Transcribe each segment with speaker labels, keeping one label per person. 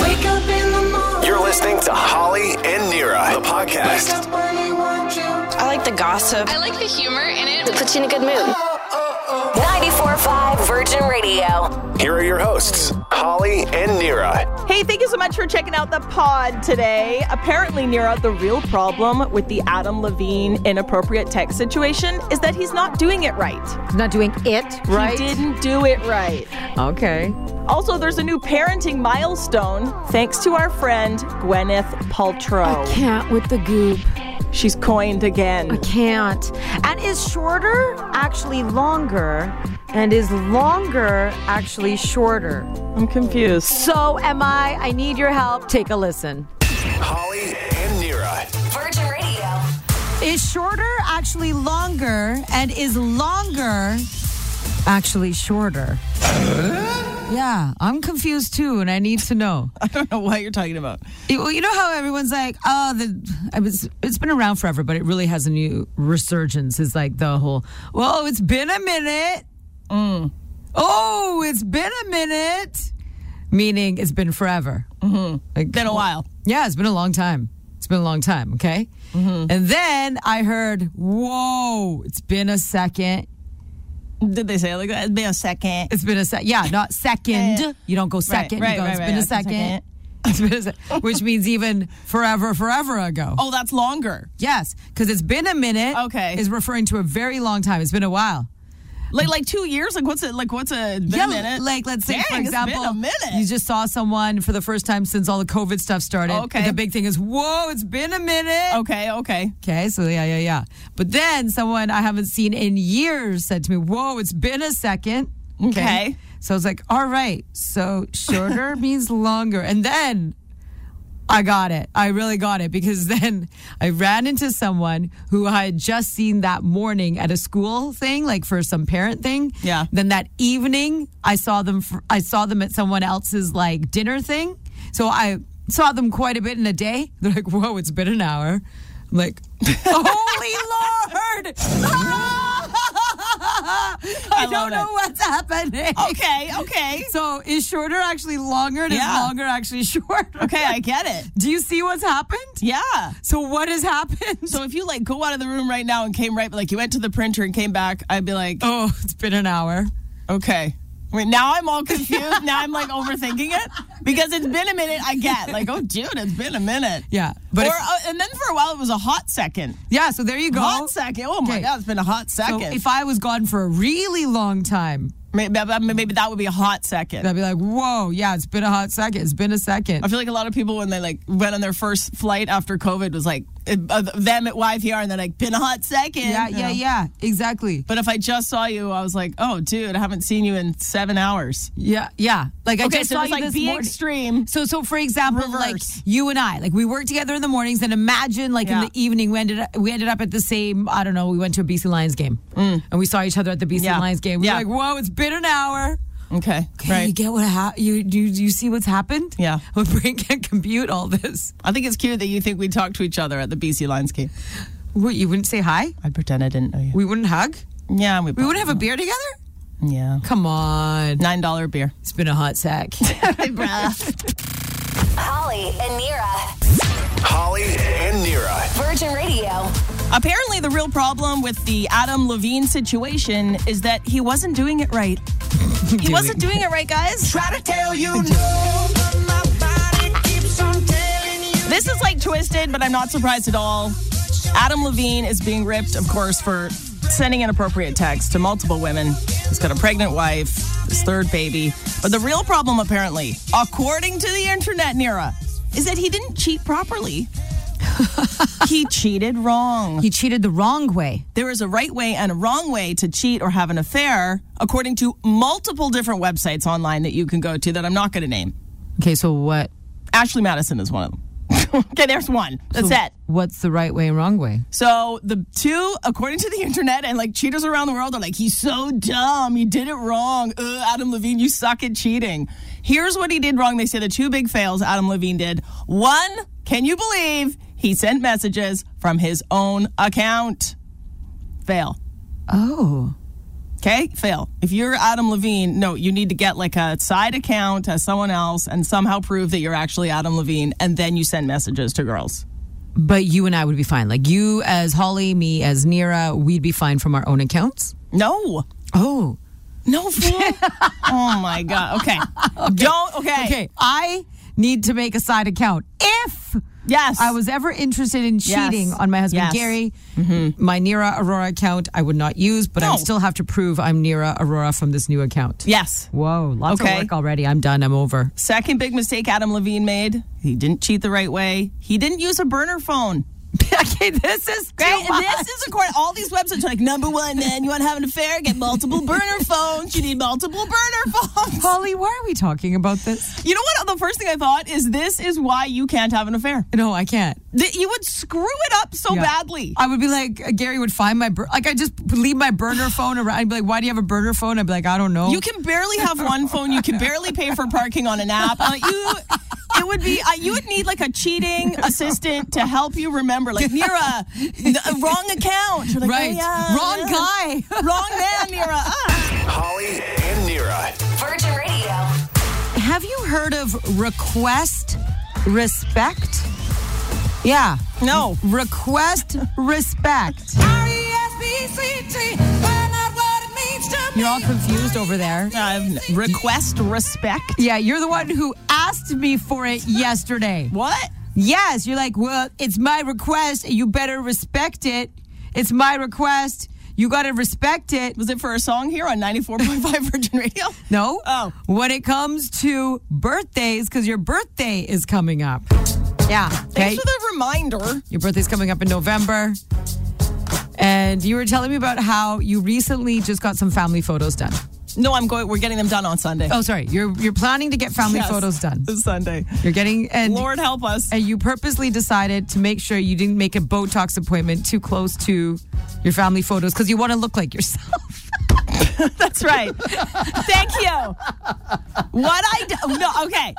Speaker 1: Wake up in the morning.
Speaker 2: You're listening to Holly and Nira, the
Speaker 1: Wake
Speaker 2: podcast.
Speaker 1: up when you want you.
Speaker 3: I like the gossip.
Speaker 4: I like the humor in it.
Speaker 5: puts you in a good mood.
Speaker 6: 945 Virgin Radio.
Speaker 2: Here are your hosts, Holly and Nira.
Speaker 7: Hey, thank you so much for checking out the pod today. Apparently, Nira, the real problem with the Adam Levine inappropriate text situation is that he's not doing it right.
Speaker 8: Not doing it right.
Speaker 7: He didn't do it right.
Speaker 8: Okay.
Speaker 7: Also, there's a new parenting milestone thanks to our friend Gwyneth Paltrow.
Speaker 8: Can't with the goop.
Speaker 7: She's coined again.
Speaker 8: Can't. And is shorter actually longer? And is longer actually shorter?
Speaker 7: I'm confused.
Speaker 8: So am I. I need your help. Take a listen.
Speaker 2: Holly and Nira.
Speaker 6: Virgin Radio.
Speaker 8: Is shorter actually longer? And is longer actually shorter? Yeah, I'm confused too, and I need to know.
Speaker 7: I don't know what you're talking about.
Speaker 8: You- Well, you know how everyone's like, oh, the I was, it's been around forever, but it really has a new resurgence. Is like the whole, whoa, it's been a minute. Oh, it's been a minute, meaning it's been forever. Mm-hmm. Like,
Speaker 7: Been a while.
Speaker 8: Yeah, it's been a long time. It's been a long time. Okay.
Speaker 7: Mm-hmm.
Speaker 8: And then I heard, whoa, it's been a second.
Speaker 7: Did they say it like that? It'd be a second.
Speaker 8: It's been a sec. Yeah, not second. You don't go second.
Speaker 7: right,
Speaker 8: you go,
Speaker 7: right,
Speaker 8: It's
Speaker 7: right,
Speaker 8: been a
Speaker 7: it's a
Speaker 8: second.
Speaker 7: second.
Speaker 8: It's been a se- which means even forever, forever ago.
Speaker 7: Oh, that's longer.
Speaker 8: Yes, because it's been a minute.
Speaker 7: Okay.
Speaker 8: Is referring to a very long time. It's been a while.
Speaker 7: Like like two years? Like what's it like what's a, been a minute?
Speaker 8: like let's say
Speaker 7: Dang, it's
Speaker 8: for
Speaker 7: been a
Speaker 8: example,
Speaker 7: minute.
Speaker 8: you just saw someone for the first time since all the COVID stuff started.
Speaker 7: Okay.
Speaker 8: And the big thing is, whoa, it's been a minute.
Speaker 7: Okay, okay.
Speaker 8: Okay, so yeah, yeah, yeah. But then someone I haven't seen in years said to me, whoa, it's been a second.
Speaker 7: Okay.
Speaker 8: So I was like, all right, so shorter means longer. And then I got it. I really got it because then I ran into someone who I had just seen that morning at a school thing, like for some parent thing.
Speaker 7: Yeah.
Speaker 8: Then that evening, I saw them. For, I saw them at someone else's like dinner thing. So I saw them quite a bit in a day. They're like, "Whoa, it's been an hour." I'm like, "Holy Lord!" I,
Speaker 7: love
Speaker 8: don't know
Speaker 7: it.
Speaker 8: what's happening.
Speaker 7: Okay, okay.
Speaker 8: So is shorter actually longer? And
Speaker 7: Yeah.
Speaker 8: Is longer actually shorter?
Speaker 7: Okay, I get it.
Speaker 8: Do you see what's happened?
Speaker 7: Yeah.
Speaker 8: So what has happened?
Speaker 7: So if you like go out of the room right now and came right, like you went to the printer and came back, I'd be like,
Speaker 8: oh, it's been an hour.
Speaker 7: okay. Wait, now I'm all confused. now I'm like overthinking it because it's been a minute. I get like, oh, dude, it's been a minute.
Speaker 8: Yeah,
Speaker 7: But
Speaker 8: but
Speaker 7: or,
Speaker 8: if-
Speaker 7: uh, and then for a while it was a hot second.
Speaker 8: Yeah, so there you go.
Speaker 7: Hot second. Oh my
Speaker 8: Okay.
Speaker 7: god, it's been a hot
Speaker 8: So
Speaker 7: second.
Speaker 8: if I was gone for a really long time,
Speaker 7: maybe, I mean, maybe that would be a hot second.
Speaker 8: I'd be like, whoa, yeah, it's been a hot second. It's been a second.
Speaker 7: I feel like a lot of people when they like went on their first flight after COVID was like it, uh, them at YVR and they're like been a hot second.
Speaker 8: yeah,
Speaker 7: you
Speaker 8: yeah,
Speaker 7: know?
Speaker 8: yeah, exactly.
Speaker 7: But if I just saw you, I was like, oh, dude, I haven't seen you in seven hours.
Speaker 8: Yeah, yeah. Like I
Speaker 7: Okay,
Speaker 8: just
Speaker 7: so
Speaker 8: saw
Speaker 7: it's
Speaker 8: you
Speaker 7: like
Speaker 8: this
Speaker 7: be
Speaker 8: morning.
Speaker 7: extreme.
Speaker 8: So, so for example, like
Speaker 7: Reverse.
Speaker 8: you and I, like we work together in the mornings, and imagine like
Speaker 7: Yeah.
Speaker 8: in the evening we ended up, we ended up at the same. I don't know. We went to a BC Lions game, and we saw each other at the BC
Speaker 7: Yeah.
Speaker 8: Lions game. We
Speaker 7: Yeah.
Speaker 8: We're like, whoa, it's been an hour.
Speaker 7: Okay,
Speaker 8: Okay,
Speaker 7: right.
Speaker 8: you get what ha- you you you see what's happened?
Speaker 7: Yeah.
Speaker 8: my brain can't compute all this.
Speaker 7: I think it's cute that you think we talked to each other at the BC Lions game.
Speaker 8: What you wouldn't say hi?
Speaker 7: I pretend I didn't know you.
Speaker 8: We wouldn't hug?
Speaker 7: Yeah, we,
Speaker 8: We wouldn't have a beer together?
Speaker 7: yeah
Speaker 8: Come on,
Speaker 7: nine dollar beer.
Speaker 8: it's been a hot sack.
Speaker 6: Holly and Nira.
Speaker 2: Holly and Nira.
Speaker 6: Virgin Radio.
Speaker 7: Apparently, the real problem with the Adam Levine situation is that he wasn't doing it right. He wasn't doing it right, guys.
Speaker 1: Try to tell you no, but my body keeps on telling you.
Speaker 7: This is like twisted, but I'm not surprised at all. Adam Levine is being ripped, of course, for sending inappropriate texts to multiple women. He's got a pregnant wife, his third baby. But the real problem, apparently, according to the internet, Nira, is that he didn't cheat properly. he cheated wrong.
Speaker 8: you cheated the wrong way.
Speaker 7: There is a right way and a wrong way to cheat or have an affair, according to multiple different websites online that you can go to that I'm not going to name.
Speaker 8: Okay, so what?
Speaker 7: Ashley Madison is one of them. okay, there's one. That's it.
Speaker 8: What's the right way and wrong way?
Speaker 7: So the two, according to the internet and like cheaters around the world, are like, he's so dumb. You did it wrong. Ugh, Adam Levine, you suck at cheating. Here's what he did wrong. They say the two big fails Adam Levine did. One, can you believe he sent messages from his own account? Fail.
Speaker 8: Oh,
Speaker 7: Okay, fail. If you're Adam Levine, no, you need to get like a side account as someone else and somehow prove that you're actually Adam Levine, and then you send messages to girls.
Speaker 8: But you and I would be fine. Like you as Holly, me as Nira, we'd be fine from our own accounts.
Speaker 7: No,
Speaker 8: Oh.
Speaker 7: no, fool. oh my god. Okay. don't. Okay.
Speaker 8: Okay. I need to make a side account. If
Speaker 7: Yes.
Speaker 8: I was ever interested in cheating
Speaker 7: Yes.
Speaker 8: on my husband
Speaker 7: Yes. Mm-hmm.
Speaker 8: Gary, my Nira Aurora account I would not use, but I
Speaker 7: No.
Speaker 8: would still have to prove I'm Nira Aurora from this new account.
Speaker 7: Yes.
Speaker 8: Whoa, lots
Speaker 7: Okay.
Speaker 8: of work already. I'm done. I'm over.
Speaker 7: Second big mistake Adam Levine made. He didn't cheat the right way. He didn't use a burner phone.
Speaker 8: okay, this is
Speaker 7: Right?
Speaker 8: great.
Speaker 7: And this is according all these websites are like number one, man, you want to have an affair? Get multiple burner phones. You need multiple burner phones.
Speaker 8: Holly, why are we talking about this?
Speaker 7: You know what? The first thing I thought is this is why you can't have an affair.
Speaker 8: No, I can't.
Speaker 7: That you would screw it up so
Speaker 8: Yeah.
Speaker 7: badly.
Speaker 8: I would be like, uh, Gary would find my, bur- like, I just leave my burner phone around. I'd be like, why do you have a burner phone? I'd be like, I don't know.
Speaker 7: You can barely have one phone. You can barely pay for parking on an app. Uh, you, it would be uh, you would need like a cheating assistant to help you remember. Like Mira, n- wrong account. You're like, oh,
Speaker 8: right.
Speaker 7: yeah,
Speaker 8: Wrong
Speaker 7: yeah.
Speaker 8: guy.
Speaker 7: Wrong man, Mira. Ah.
Speaker 2: Holly and Nira.
Speaker 6: Virgin Radio.
Speaker 8: Have you heard of request respect? Yeah.
Speaker 7: No.
Speaker 8: Request respect. You're all confused over there.
Speaker 7: Uh, request respect.
Speaker 8: Yeah, you're the one who asked me for it yesterday.
Speaker 7: What?
Speaker 8: Yes, you're like, well, it's my request. You better respect it. It's my request. You got to respect it.
Speaker 7: Was it for a song here on 94.5 Virgin Radio?
Speaker 8: No.
Speaker 7: Oh.
Speaker 8: When it comes to birthdays, because your birthday is coming up. Yeah. Okay.
Speaker 7: Thanks for the reminder.
Speaker 8: Your birthday's coming up in November. And you were telling me about how you recently just got some family photos done.
Speaker 7: No, I'm going. We're getting them done on Sunday.
Speaker 8: Oh, sorry. You're you're planning to get family
Speaker 7: Yes.
Speaker 8: photos done.
Speaker 7: This Sunday.
Speaker 8: You're getting and
Speaker 7: Lord help us.
Speaker 8: and you purposely decided to make sure you didn't make a Botox appointment too close to your family photos because you want to look like yourself.
Speaker 7: That's right. Thank you. What I d- no okay.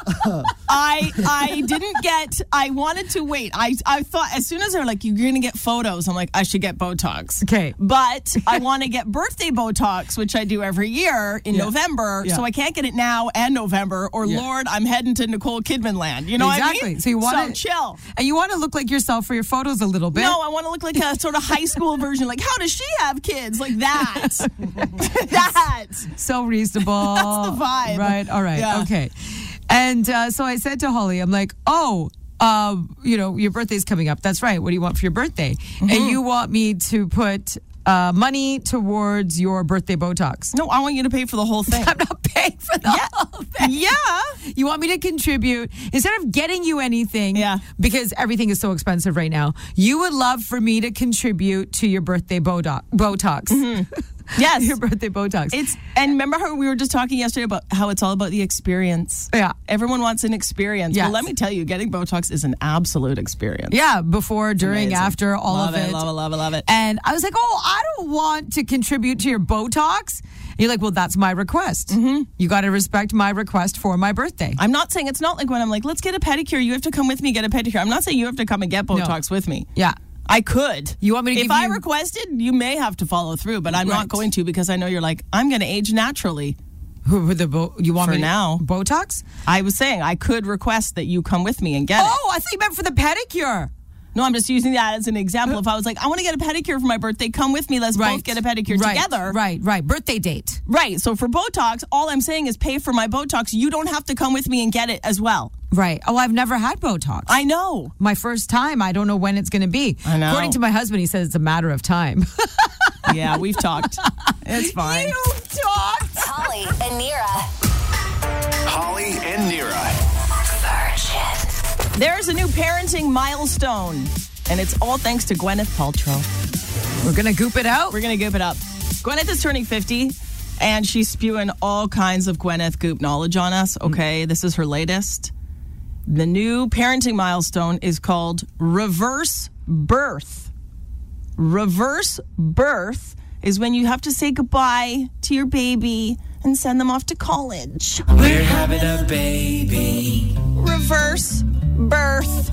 Speaker 7: I I didn't get. I wanted to wait. I I thought as soon as they're like you're gonna get photos, I'm like I should get Botox.
Speaker 8: Okay.
Speaker 7: but I want to get birthday Botox, which I do every year in November.
Speaker 8: Yeah.
Speaker 7: So I can't get it now and November. Or
Speaker 8: Yeah.
Speaker 7: Lord, I'm heading to Nicole Kidman land. You know what I
Speaker 8: Exactly.
Speaker 7: mean?
Speaker 8: So you wanna-
Speaker 7: chill.
Speaker 8: And you want to look like yourself for your photos a little bit.
Speaker 7: No, I want to look like a sort of high school version. Like, how does she have kids? Like that. that.
Speaker 8: so reasonable. That's
Speaker 7: the vibe.
Speaker 8: Right. All right.
Speaker 7: Yeah.
Speaker 8: Okay. And uh, so I said to Holly, I'm like, oh, um, you know, your birthday's coming up. That's right. What do you want for your birthday?
Speaker 7: Mm-hmm.
Speaker 8: And you want me to put uh, money towards your birthday Botox.
Speaker 7: No, I want you to pay for the whole thing.
Speaker 8: I'm not paying for the whole thing.
Speaker 7: yeah.
Speaker 8: You want me to contribute instead of getting you anything
Speaker 7: Yeah.
Speaker 8: because everything is so expensive right now. You would love for me to contribute to your birthday Botox. Botox.
Speaker 7: Yes.
Speaker 8: your birthday Botox.
Speaker 7: Mm-hmm. It's and remember how we were just talking yesterday about how it's all about the experience.
Speaker 8: Yeah.
Speaker 7: Everyone wants an experience.
Speaker 8: Yes.
Speaker 7: Well, let me tell you, getting Botox is an absolute experience.
Speaker 8: Yeah, before, during,
Speaker 7: Amazing.
Speaker 8: after, all
Speaker 7: Love
Speaker 8: of it.
Speaker 7: it, love it, love it, love it.
Speaker 8: And I was like, oh, I don't want to contribute to your Botox. And you're like, well, that's my request.
Speaker 7: Mm-hmm.
Speaker 8: You got to respect my request for my birthday.
Speaker 7: I'm not saying it's not like when I'm like, let's get a pedicure. You have to come with me get a pedicure. I'm not saying you have to come and get Botox with me.
Speaker 8: Yeah.
Speaker 7: I could.
Speaker 8: You want me to
Speaker 7: If
Speaker 8: give
Speaker 7: I
Speaker 8: you-
Speaker 7: requested, you may have to follow through, but I'm
Speaker 8: Right.
Speaker 7: not going to because I know you're like, I'm going to age naturally.
Speaker 8: Who who the bo- you want
Speaker 7: For
Speaker 8: me to-
Speaker 7: now.
Speaker 8: Botox?
Speaker 7: I was saying I could request that you come with me and get it.
Speaker 8: Oh, I thought you meant for the pedicure.
Speaker 7: No, I'm just using that as an example. If I was like, I want to get a pedicure for my birthday, come with me. Let's both get a pedicure
Speaker 8: right.
Speaker 7: together.
Speaker 8: Right, right. Birthday date.
Speaker 7: Right. So for Botox, all I'm saying is pay for my Botox. You don't have to come with me and get it as well.
Speaker 8: Right. Oh, I've never had Botox.
Speaker 7: I know.
Speaker 8: my first time. I don't know when it's going to be.
Speaker 7: I know.
Speaker 8: According to my husband, he says it's a matter of time.
Speaker 7: Yeah, we've talked. It's fine.
Speaker 8: you talked.
Speaker 6: Holly and Nira.
Speaker 2: Holly and Nira.
Speaker 6: Virgin.
Speaker 7: There's a new parenting milestone, and it's all thanks to Gwyneth Paltrow.
Speaker 8: We're going to goop it out.
Speaker 7: We're going to goop it up. Gwyneth is turning 50, and she's spewing all kinds of Gwyneth goop knowledge on us. Okay, this is her latest. The new parenting milestone is called reverse birth. Reverse birth is when you have to say goodbye to your baby and send them off to college. We're having a baby. Reverse birth.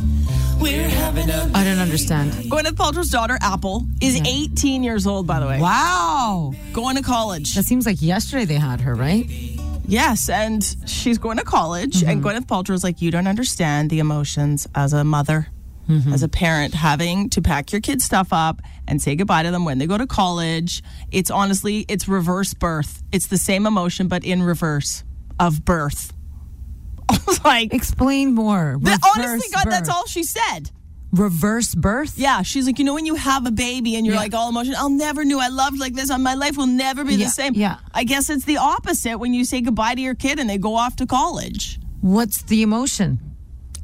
Speaker 8: I don't understand.
Speaker 7: Gwyneth Paltrow's daughter, Apple, is 18 years old, by the way.
Speaker 8: Wow.
Speaker 7: Going to college.
Speaker 8: That seems like yesterday they had her, right?
Speaker 7: Yes, and she's going to college, and
Speaker 8: Mm-hmm.
Speaker 7: Gwyneth Paltrow's like, you don't understand the emotions as a mother,
Speaker 8: Mm-hmm.
Speaker 7: as a parent, having to pack your kids' stuff up and say goodbye to them when they go to college. It's honestly, it's reverse birth. It's the same emotion, but in reverse of birth. I was like,
Speaker 8: Explain more.
Speaker 7: that, honestly,
Speaker 8: Reverse
Speaker 7: God, that's
Speaker 8: birth.
Speaker 7: all she said.
Speaker 8: Reverse birth?
Speaker 7: Yeah, she's like, you know, when you have a baby and you're
Speaker 8: Yeah.
Speaker 7: like all emotional, I'll never knew I loved like this. and My life will never be
Speaker 8: Yeah,
Speaker 7: the same.
Speaker 8: yeah.
Speaker 7: I guess it's the opposite when you say goodbye to your kid and they go off to college.
Speaker 8: What's the emotion?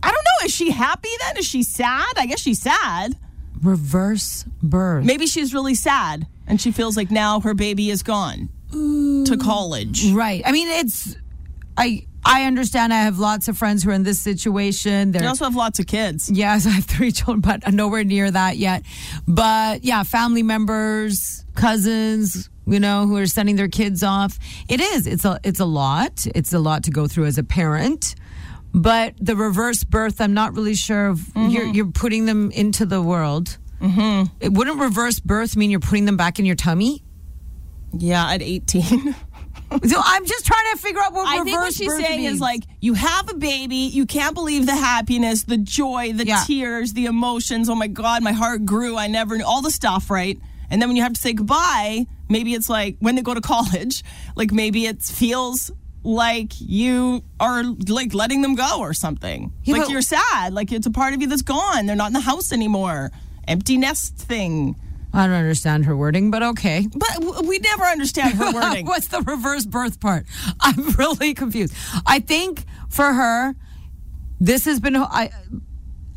Speaker 7: I don't know. Is she happy then? Is she sad? I guess she's sad.
Speaker 8: Reverse birth.
Speaker 7: Maybe she's really sad and she feels like now her baby is gone to college.
Speaker 8: Right. I mean, it's I I understand. I have lots of friends who are in this situation. They're
Speaker 7: They also have lots of kids.
Speaker 8: yes, I have three children, but nowhere near that yet. But yeah, family members, cousins, you know, who are sending their kids off. It is. It's a it's a lot. It's a lot to go through as a parent. But the reverse birth, I'm not really sure. Of,
Speaker 7: Mm-hmm.
Speaker 8: You're you're putting them into the world. Mm-hmm. It wouldn't reverse birth mean you're putting them back in your tummy.
Speaker 7: Yeah, at 18.
Speaker 8: So I'm just trying to figure out what
Speaker 7: I
Speaker 8: reverse
Speaker 7: think what she's
Speaker 8: birth
Speaker 7: saying
Speaker 8: means.
Speaker 7: is like, you have a baby, you can't believe the happiness, the joy, the
Speaker 8: Yeah.
Speaker 7: tears, the emotions. Oh my God, my heart grew. I never knew all the stuff, right? And then when you have to say goodbye, maybe it's like when they go to college, like maybe it feels like you are like letting them go or something.
Speaker 8: Yeah,
Speaker 7: like
Speaker 8: but-
Speaker 7: you're sad, like it's a part of you that's gone. They're not in the house anymore. Empty nest thing.
Speaker 8: I don't understand her wording, but okay.
Speaker 7: But w- we never understand her wording.
Speaker 8: What's the reverse birth part? I'm really confused. I think for her, this has been. I,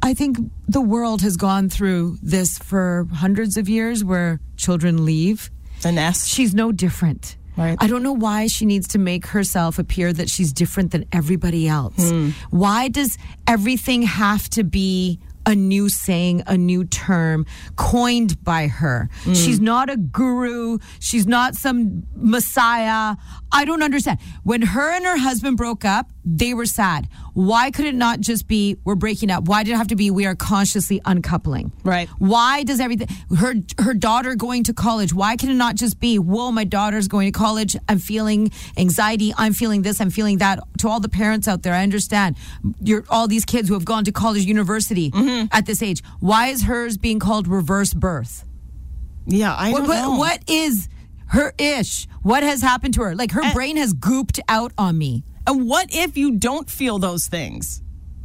Speaker 8: I think the world has gone through this for hundreds of years, where children leave.
Speaker 7: the nest.
Speaker 8: She's no different.
Speaker 7: Right.
Speaker 8: I don't know why she needs to make herself appear that she's different than everybody else. Why does everything have to be a new saying, a new term coined by her? She's not a guru. She's not some messiah. I don't understand. When her and her husband broke up, they were sad. Why could it not just be we're breaking up? Why did it have to be we are consciously uncoupling?
Speaker 7: Right.
Speaker 8: Why does everything her her daughter going to college? Why can it not just be, whoa, my daughter's going to college. I'm feeling anxiety. I'm feeling this. I'm feeling that. To all the parents out there, I understand. You're all these kids who have gone to college, university
Speaker 7: Mm-hmm.
Speaker 8: at this age. Why is hers being called reverse birth?
Speaker 7: Yeah, I
Speaker 8: What,
Speaker 7: don't know.
Speaker 8: what, what is her ish? What has happened to her? Like her brain has gooped out on me.
Speaker 7: And what if you don't feel those things?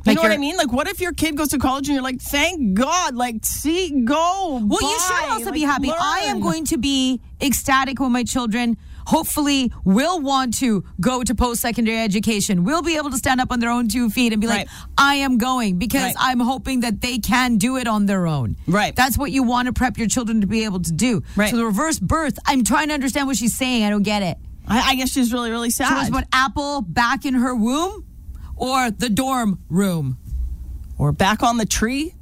Speaker 7: You
Speaker 8: Like
Speaker 7: know what I
Speaker 8: you're-
Speaker 7: mean? Like, what if your kid goes to college and you're like, thank God, like, see, go.
Speaker 8: Well, you should also be happy. I am going to be ecstatic when my children hopefully will want to go to post secondary education, will be able to stand up on their own two feet and be like,
Speaker 7: Right.
Speaker 8: I am going because
Speaker 7: Right.
Speaker 8: I'm hoping that they can do it on their own.
Speaker 7: Right.
Speaker 8: That's what you want to prep your children to be able to do.
Speaker 7: Right.
Speaker 8: So the reverse birth, I'm trying to understand what she's saying. I don't get it.
Speaker 7: I, I guess she's really, really
Speaker 8: She wants
Speaker 7: sad.
Speaker 8: to put Apple back in her womb or the dorm room.
Speaker 7: or back on the tree,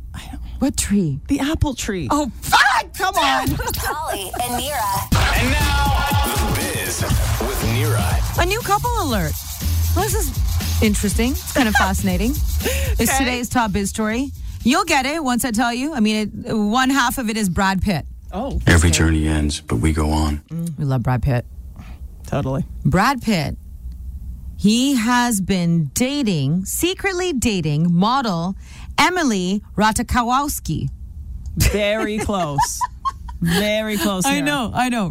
Speaker 8: What tree?
Speaker 7: the apple tree.
Speaker 8: Oh, fuck!
Speaker 7: come on.
Speaker 6: Holly and Nira.
Speaker 2: And now, The Biz with Nira.
Speaker 8: A new couple alert. Well, this is interesting. It's kind of fascinating. It's today's top biz story. You'll get it once I tell you. I mean, it, one half of it is Brad Pitt.
Speaker 7: oh,
Speaker 3: Every journey ends, but we go on.
Speaker 8: We love Brad Pitt.
Speaker 7: totally.
Speaker 8: Brad Pitt, he has been dating, secretly dating model Emily Ratajkowski.
Speaker 7: Very close. Very close. Nira.
Speaker 8: I know.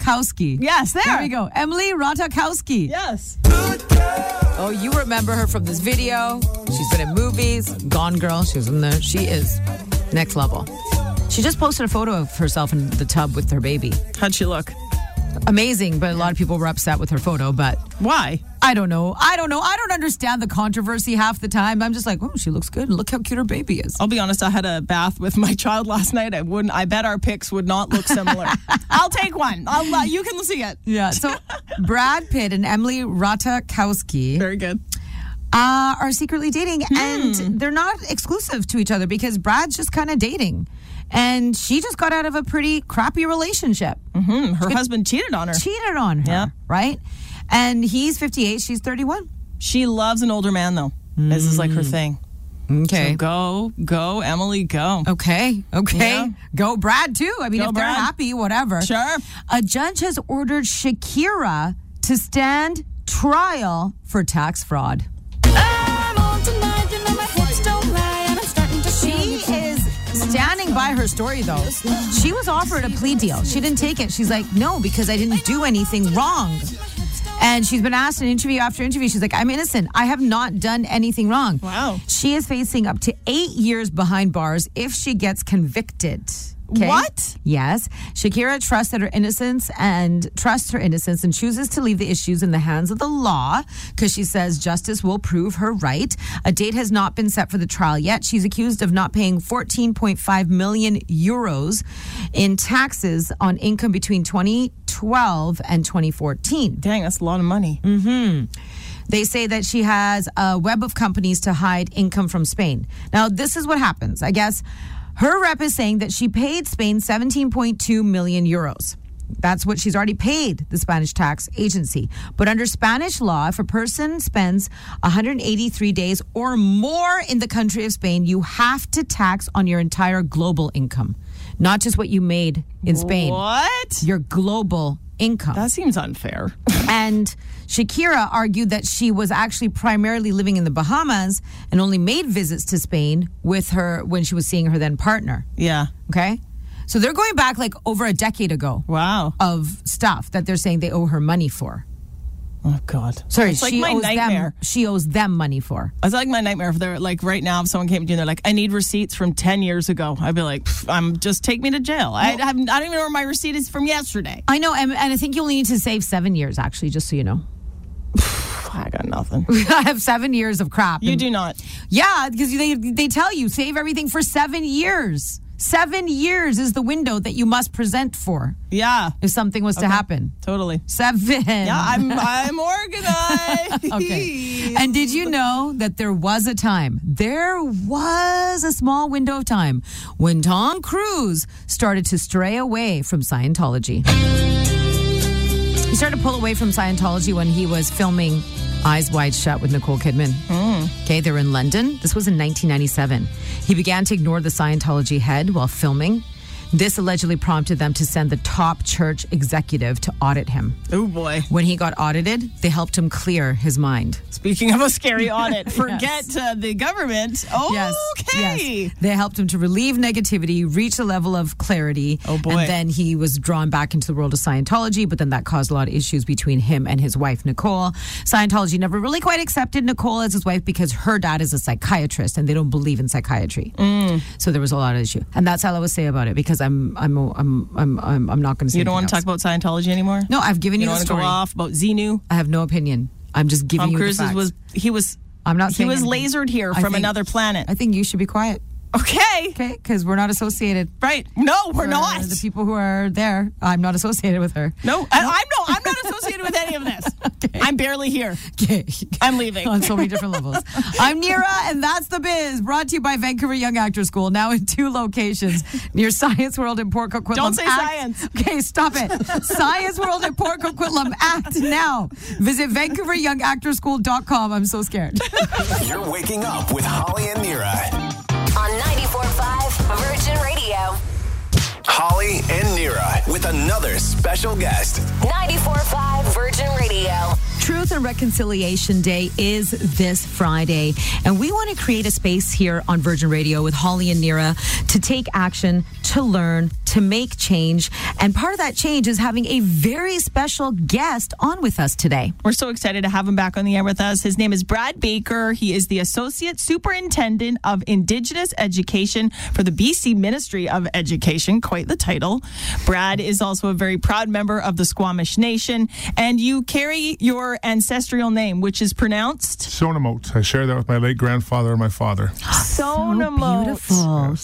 Speaker 8: Ratajkowski.
Speaker 7: Yes, there.
Speaker 8: There we go. Emily Ratajkowski.
Speaker 7: Yes.
Speaker 8: Oh, you remember her from this video. She's been in movies. Gone Girl. She was in there. She is next level. She just posted a photo of herself in the tub with her baby.
Speaker 7: How'd she look?
Speaker 8: Amazing, but a lot of people were upset with her photo. But
Speaker 7: Why?
Speaker 8: I don't know. I don't know. I don't understand the controversy half the time. I'm just like, oh, she looks good. Look how cute her baby is.
Speaker 7: I'll be honest. I had a bath with my child last night. I wouldn't. I bet our pics would not look similar. I'll take one. I'll. Uh, you can see it.
Speaker 8: Yeah. So Brad Pitt and Emily Ratajkowski.
Speaker 7: Very good.
Speaker 8: uh, are secretly dating
Speaker 7: Hmm.
Speaker 8: and they're not exclusive to each other because Brad's just kind of dating. And she just got out of a pretty crappy relationship.
Speaker 7: Her husband cheated on her.
Speaker 8: Cheated on her,
Speaker 7: Hmm. Yeah.
Speaker 8: right? And he's 58, she's 31.
Speaker 7: Mm. She loves an older man though. This is like her thing.
Speaker 8: Okay.
Speaker 7: Go, go, Emily, go.
Speaker 8: Okay. Okay.
Speaker 7: Yeah.
Speaker 8: Go Brad too. I mean,
Speaker 7: Go
Speaker 8: if
Speaker 7: Brad.
Speaker 8: they're happy, whatever.
Speaker 7: Sure.
Speaker 8: A judge has ordered Shakira to stand trial for tax fraud. She is standing by her story though. She was offered a plea deal. She didn't take it. She's like, "No, because I didn't do anything wrong." And she's been asked in interview after interview. She's like, I'm innocent. I have not done anything wrong.
Speaker 7: Wow.
Speaker 8: She is facing up to eight years behind bars if she gets convicted. 'Kay?
Speaker 7: What?
Speaker 8: Yes. Shakira trusts that her innocence and trusts her innocence and chooses to leave the issues in the hands of the law because she says justice will prove her right. A date has not been set for the trial yet. She's accused of not paying 14.5 million euros in taxes on income between 2012 and 2014.
Speaker 7: Dang, that's a lot of money.
Speaker 8: They say that she has a web of companies to hide income from Spain. Now, this is what happens. I guess her rep is saying that she paid Spain 17.2 million euros. That's what she's already paid the Spanish tax agency. But under Spanish law, if a person spends 183 days or more in the country of Spain, you have to tax on your entire global income, not just what you made in Spain,
Speaker 7: What?
Speaker 8: your global income.
Speaker 7: That seems unfair.
Speaker 8: And Shakira argued that she was actually primarily living in the Bahamas and only made visits to Spain with her when she was seeing her then partner.
Speaker 7: yeah.
Speaker 8: Okay. So they're going back like over a decade ago
Speaker 7: Wow.
Speaker 8: of stuff that they're saying they owe her money for.
Speaker 7: Oh God.
Speaker 8: Sorry,
Speaker 7: It's like
Speaker 8: she
Speaker 7: my
Speaker 8: owes
Speaker 7: nightmare.
Speaker 8: them she owes them money for.
Speaker 7: It's like my nightmare. If they're like right now, if someone came to you and they're like, "I need receipts from ten years ago," I'd be like, "Pff, "I'm just take me to jail. I, I, haven't- I don't even know where my receipt is from yesterday.
Speaker 8: I know, and, and I think you only need to save seven years actually, just so you know.
Speaker 7: Pff, I got nothing.
Speaker 8: I have seven years of crap.
Speaker 7: You
Speaker 8: and-
Speaker 7: do not.
Speaker 8: Yeah, because they they tell you save everything for seven years. Seven years is the window that you must present for
Speaker 7: Yeah,
Speaker 8: if something was to happen.
Speaker 7: totally.
Speaker 8: Seven.
Speaker 7: Yeah, I'm I'm organized.
Speaker 8: okay. And did you know that there was a time, there was a small window of time when Tom Cruise started to stray away from Scientology. He started to pull away from Scientology when he was filming Eyes Wide Shut with Nicole Kidman. Okay, they were in London. This was in 1997. He began to ignore the Scientology head while filming. This allegedly prompted them to send the top church executive to audit him.
Speaker 7: Oh boy.
Speaker 8: When he got audited, they helped him clear his mind.
Speaker 7: Speaking of a scary audit, forget uh, the government. Okay.
Speaker 8: yes. They helped him to relieve negativity, reach a level of clarity.
Speaker 7: Oh, boy.
Speaker 8: And then he was drawn back into the world of Scientology, but then that caused a lot of issues between him and his wife, Nicole. Scientology never really quite accepted Nicole as his wife because her dad is a psychiatrist and they don't believe in psychiatry.
Speaker 7: Mm.
Speaker 8: So there was a lot of issue. And that's all I would say about it because I'm I'm I'm I'm I'm, I'm not going to say
Speaker 7: You don't want to
Speaker 8: anything
Speaker 7: talk
Speaker 8: else.
Speaker 7: about Scientology anymore.
Speaker 8: No, I've given
Speaker 7: You
Speaker 8: you,
Speaker 7: don't
Speaker 8: the
Speaker 7: want to go
Speaker 8: story.
Speaker 7: off about Xenu.
Speaker 8: I have no opinion. I'm just giving
Speaker 7: Tom
Speaker 8: you
Speaker 7: Cruise
Speaker 8: the facts.
Speaker 7: was he was
Speaker 8: I'm not
Speaker 7: he
Speaker 8: saying
Speaker 7: was
Speaker 8: anything.
Speaker 7: lasered here
Speaker 8: I
Speaker 7: from
Speaker 8: think-
Speaker 7: another planet.
Speaker 8: I think you should be quiet.
Speaker 7: okay.
Speaker 8: Okay, because we're not associated.
Speaker 7: Right. No, we're
Speaker 8: for
Speaker 7: not.
Speaker 8: The people who are there, I'm not associated with her.
Speaker 7: No, I, I'm no, I'm not associated with any of this. I'm barely here.
Speaker 8: Okay.
Speaker 7: I'm leaving.
Speaker 8: On so many different levels. I'm Nira, and that's The Biz, brought to you by Vancouver Young Actor School, now in two locations near Science World in Port Coquitlam.
Speaker 7: Don't say
Speaker 8: Act-
Speaker 7: science.
Speaker 8: Okay, stop it. Science World in Port Coquitlam. Act now. Visit VancouverYoungActorSchool.com. I'm so scared.
Speaker 2: You're waking up with Holly and Nira.
Speaker 6: On 94.5 Virgin Radio.
Speaker 2: Holly and Nira with another special guest.
Speaker 6: 94.5 Virgin Radio.
Speaker 8: Truth and Reconciliation Day is this Friday, and we want to create a space here on Virgin Radio with Holly and Nira to take action, to learn, to make change. And part of that change is having a very special guest on with us today.
Speaker 7: We're so excited to have him back on the air with us. His name is Brad Baker. He is the Associate Superintendent of Indigenous Education for the BC Ministry of Education. Quite the title. Brad is also a very proud member of the Squamish Nation, and you carry your ancestral name, which is pronounced
Speaker 4: Sonamote. I share that with my late grandfather and my father.
Speaker 7: Sonamote.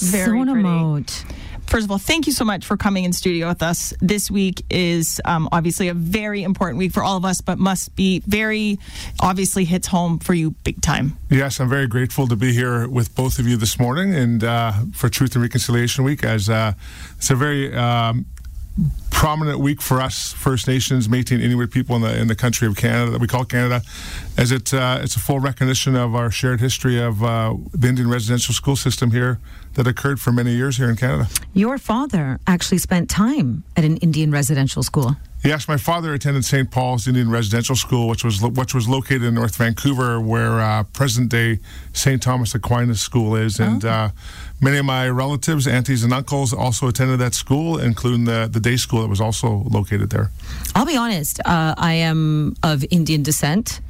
Speaker 7: Very pretty. First of all, thank you so much for coming in studio with us. This week is um, obviously a very important week for all of us, but must be very obviously hits home for you big time.
Speaker 4: Yes, I'm very grateful to be here with both of you this morning and uh, for Truth and Reconciliation Week, as uh, it's a very um,
Speaker 8: prominent week for us First Nations, Métis, and Inuit people in the in the country of Canada that we call Canada, as it uh, it's a full recognition of our shared history of uh, the Indian residential school system here that occurred for many years here in Canada.
Speaker 9: Your father actually spent time at an Indian residential school.
Speaker 8: Yes, my father attended St. Paul's Indian Residential School, which was lo- which was located in North Vancouver, where uh, present day St. Thomas Aquinas School is, and uh, many of my relatives, aunties, and uncles also attended that school, including the the day school that was also located there.
Speaker 9: I'll be honest, uh, I am of Indian descent.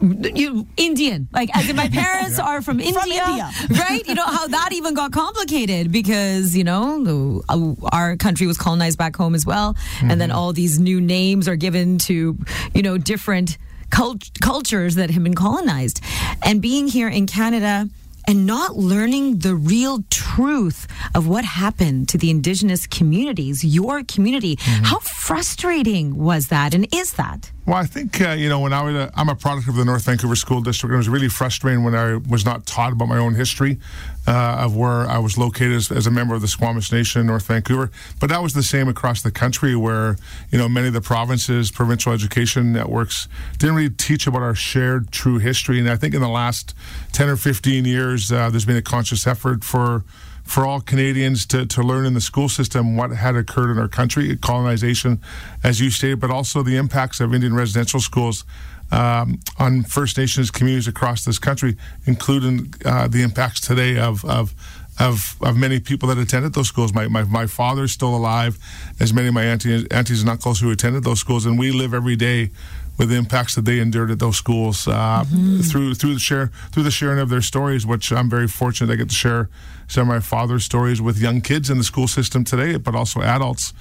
Speaker 5: You Indian, like as in my parents are from India,
Speaker 7: India.
Speaker 5: right? You know how that even got complicated because you know the- uh, our country was colonized back home as well, and then all these new names are given to you know different cult- cultures that have been colonized, and being here in Canada. And not learning the real truth of what happened to the indigenous communities, your community. How frustrating was that and is that?
Speaker 8: Well, I think uh, you know when I was a, I'm a product of the North Vancouver School District, and it was really frustrating when I was not taught about my own history uh, of where I was located as, as a member of the Squamish Nation in North Vancouver. But that was the same across the country, where you know many of the provinces, provincial education networks didn't really teach about our shared true history. And I think in the last 10 or 15 years, uh, there's been a conscious effort for for all Canadians to, to learn in the school system what had occurred in our country, colonization, as you stated, but also the impacts of Indian residential schools um, on First Nations communities across this country, including uh, the impacts today of. of of, of many people that attended those schools. My, my, my father's still alive, as many of my aunties, aunties and uncles who attended those schools, and we live every day with the impacts that they endured at those schools uh, through through the share through the sharing of their stories, which I'm very fortunate I get to share some of my father's stories with young kids in the school system today, but also adults.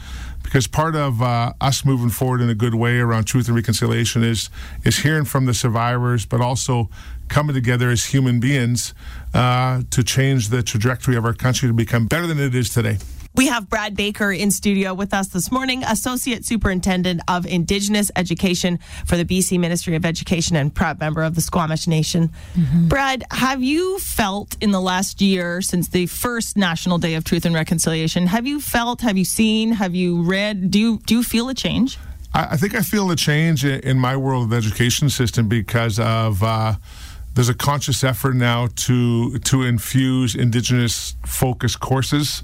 Speaker 8: Because part of uh, us moving forward in a good way around truth and reconciliation is is hearing from the survivors, but also coming together as human beings uh, to change the trajectory of our country to become better than it is today.
Speaker 7: We have Brad Baker in studio with us this morning, Associate Superintendent of Indigenous Education for the BC Ministry of Education and proud member of the Squamish Nation. Brad, have you felt in the last year since the first National Day of Truth and Reconciliation, have you felt, have you seen, have you read, do you, do you feel a change?
Speaker 8: I, I think I feel a change i- in my world of the education system because of uh, there's a conscious effort now to to infuse indigenous focused courses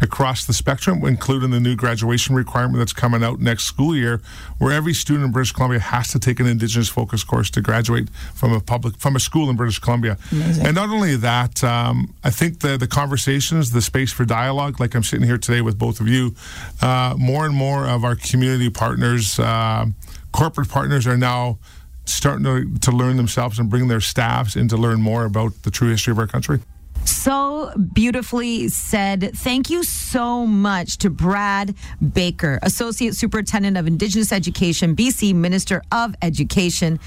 Speaker 8: across the spectrum, including the new graduation requirement that's coming out next school year, where every student in British Columbia has to take an indigenous focused course to graduate from a public from a school in British Columbia. And not only that, um, I think the the conversations, the space for dialogue, like I'm sitting here today with both of you, uh, more and more of our community partners, uh, corporate partners are now starting to, to learn themselves and bring their staffs in to learn more about the true history of our country.
Speaker 9: So beautifully said. Thank you so much to Brad Baker, Associate Superintendent of Indigenous Education, BC Minister of Education,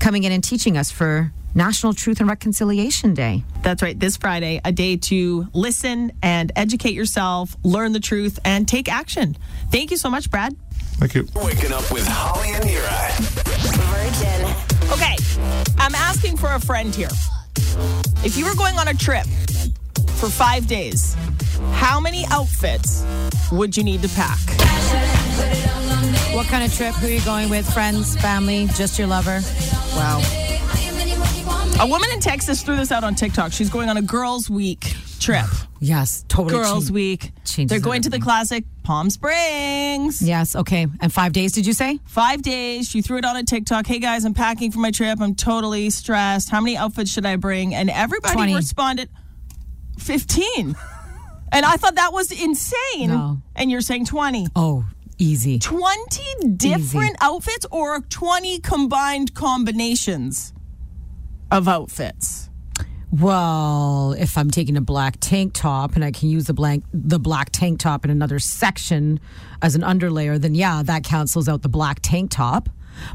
Speaker 9: coming in and teaching us for National Truth and Reconciliation Day.
Speaker 7: That's right, this Friday, a day to listen and educate yourself, learn the truth, and take action. Thank you so much, Brad.
Speaker 8: Thank you.
Speaker 2: Waking up with Holly and Nira.
Speaker 10: Virgin.
Speaker 7: Okay, I'm asking for a friend here. If you were going on a trip for five days, how many outfits would you need to pack?
Speaker 5: What kind of trip? Who are you going with? Friends, family, just your lover?
Speaker 7: Wow. A woman in Texas threw this out on TikTok. She's going on a girls' week trip.
Speaker 5: Yes, totally.
Speaker 7: Girls'
Speaker 5: cheap.
Speaker 7: week.
Speaker 5: changes
Speaker 7: They're going to the classic Palm Springs.
Speaker 5: Yes, okay. And five days, did you say?
Speaker 7: Five days. She threw it on a TikTok. Hey guys, I'm packing for my trip. I'm totally stressed. How many outfits should I bring? And everybody
Speaker 5: 20.
Speaker 7: responded 15. And I thought that was insane.
Speaker 5: No.
Speaker 7: And you're saying 20.
Speaker 5: Oh, easy.
Speaker 7: 20 different outfits or 20 combined combinations of outfits?
Speaker 5: Well, if I'm taking a black tank top and I can use the blank the black tank top in another section as an underlayer, then yeah, that cancels out the black tank top.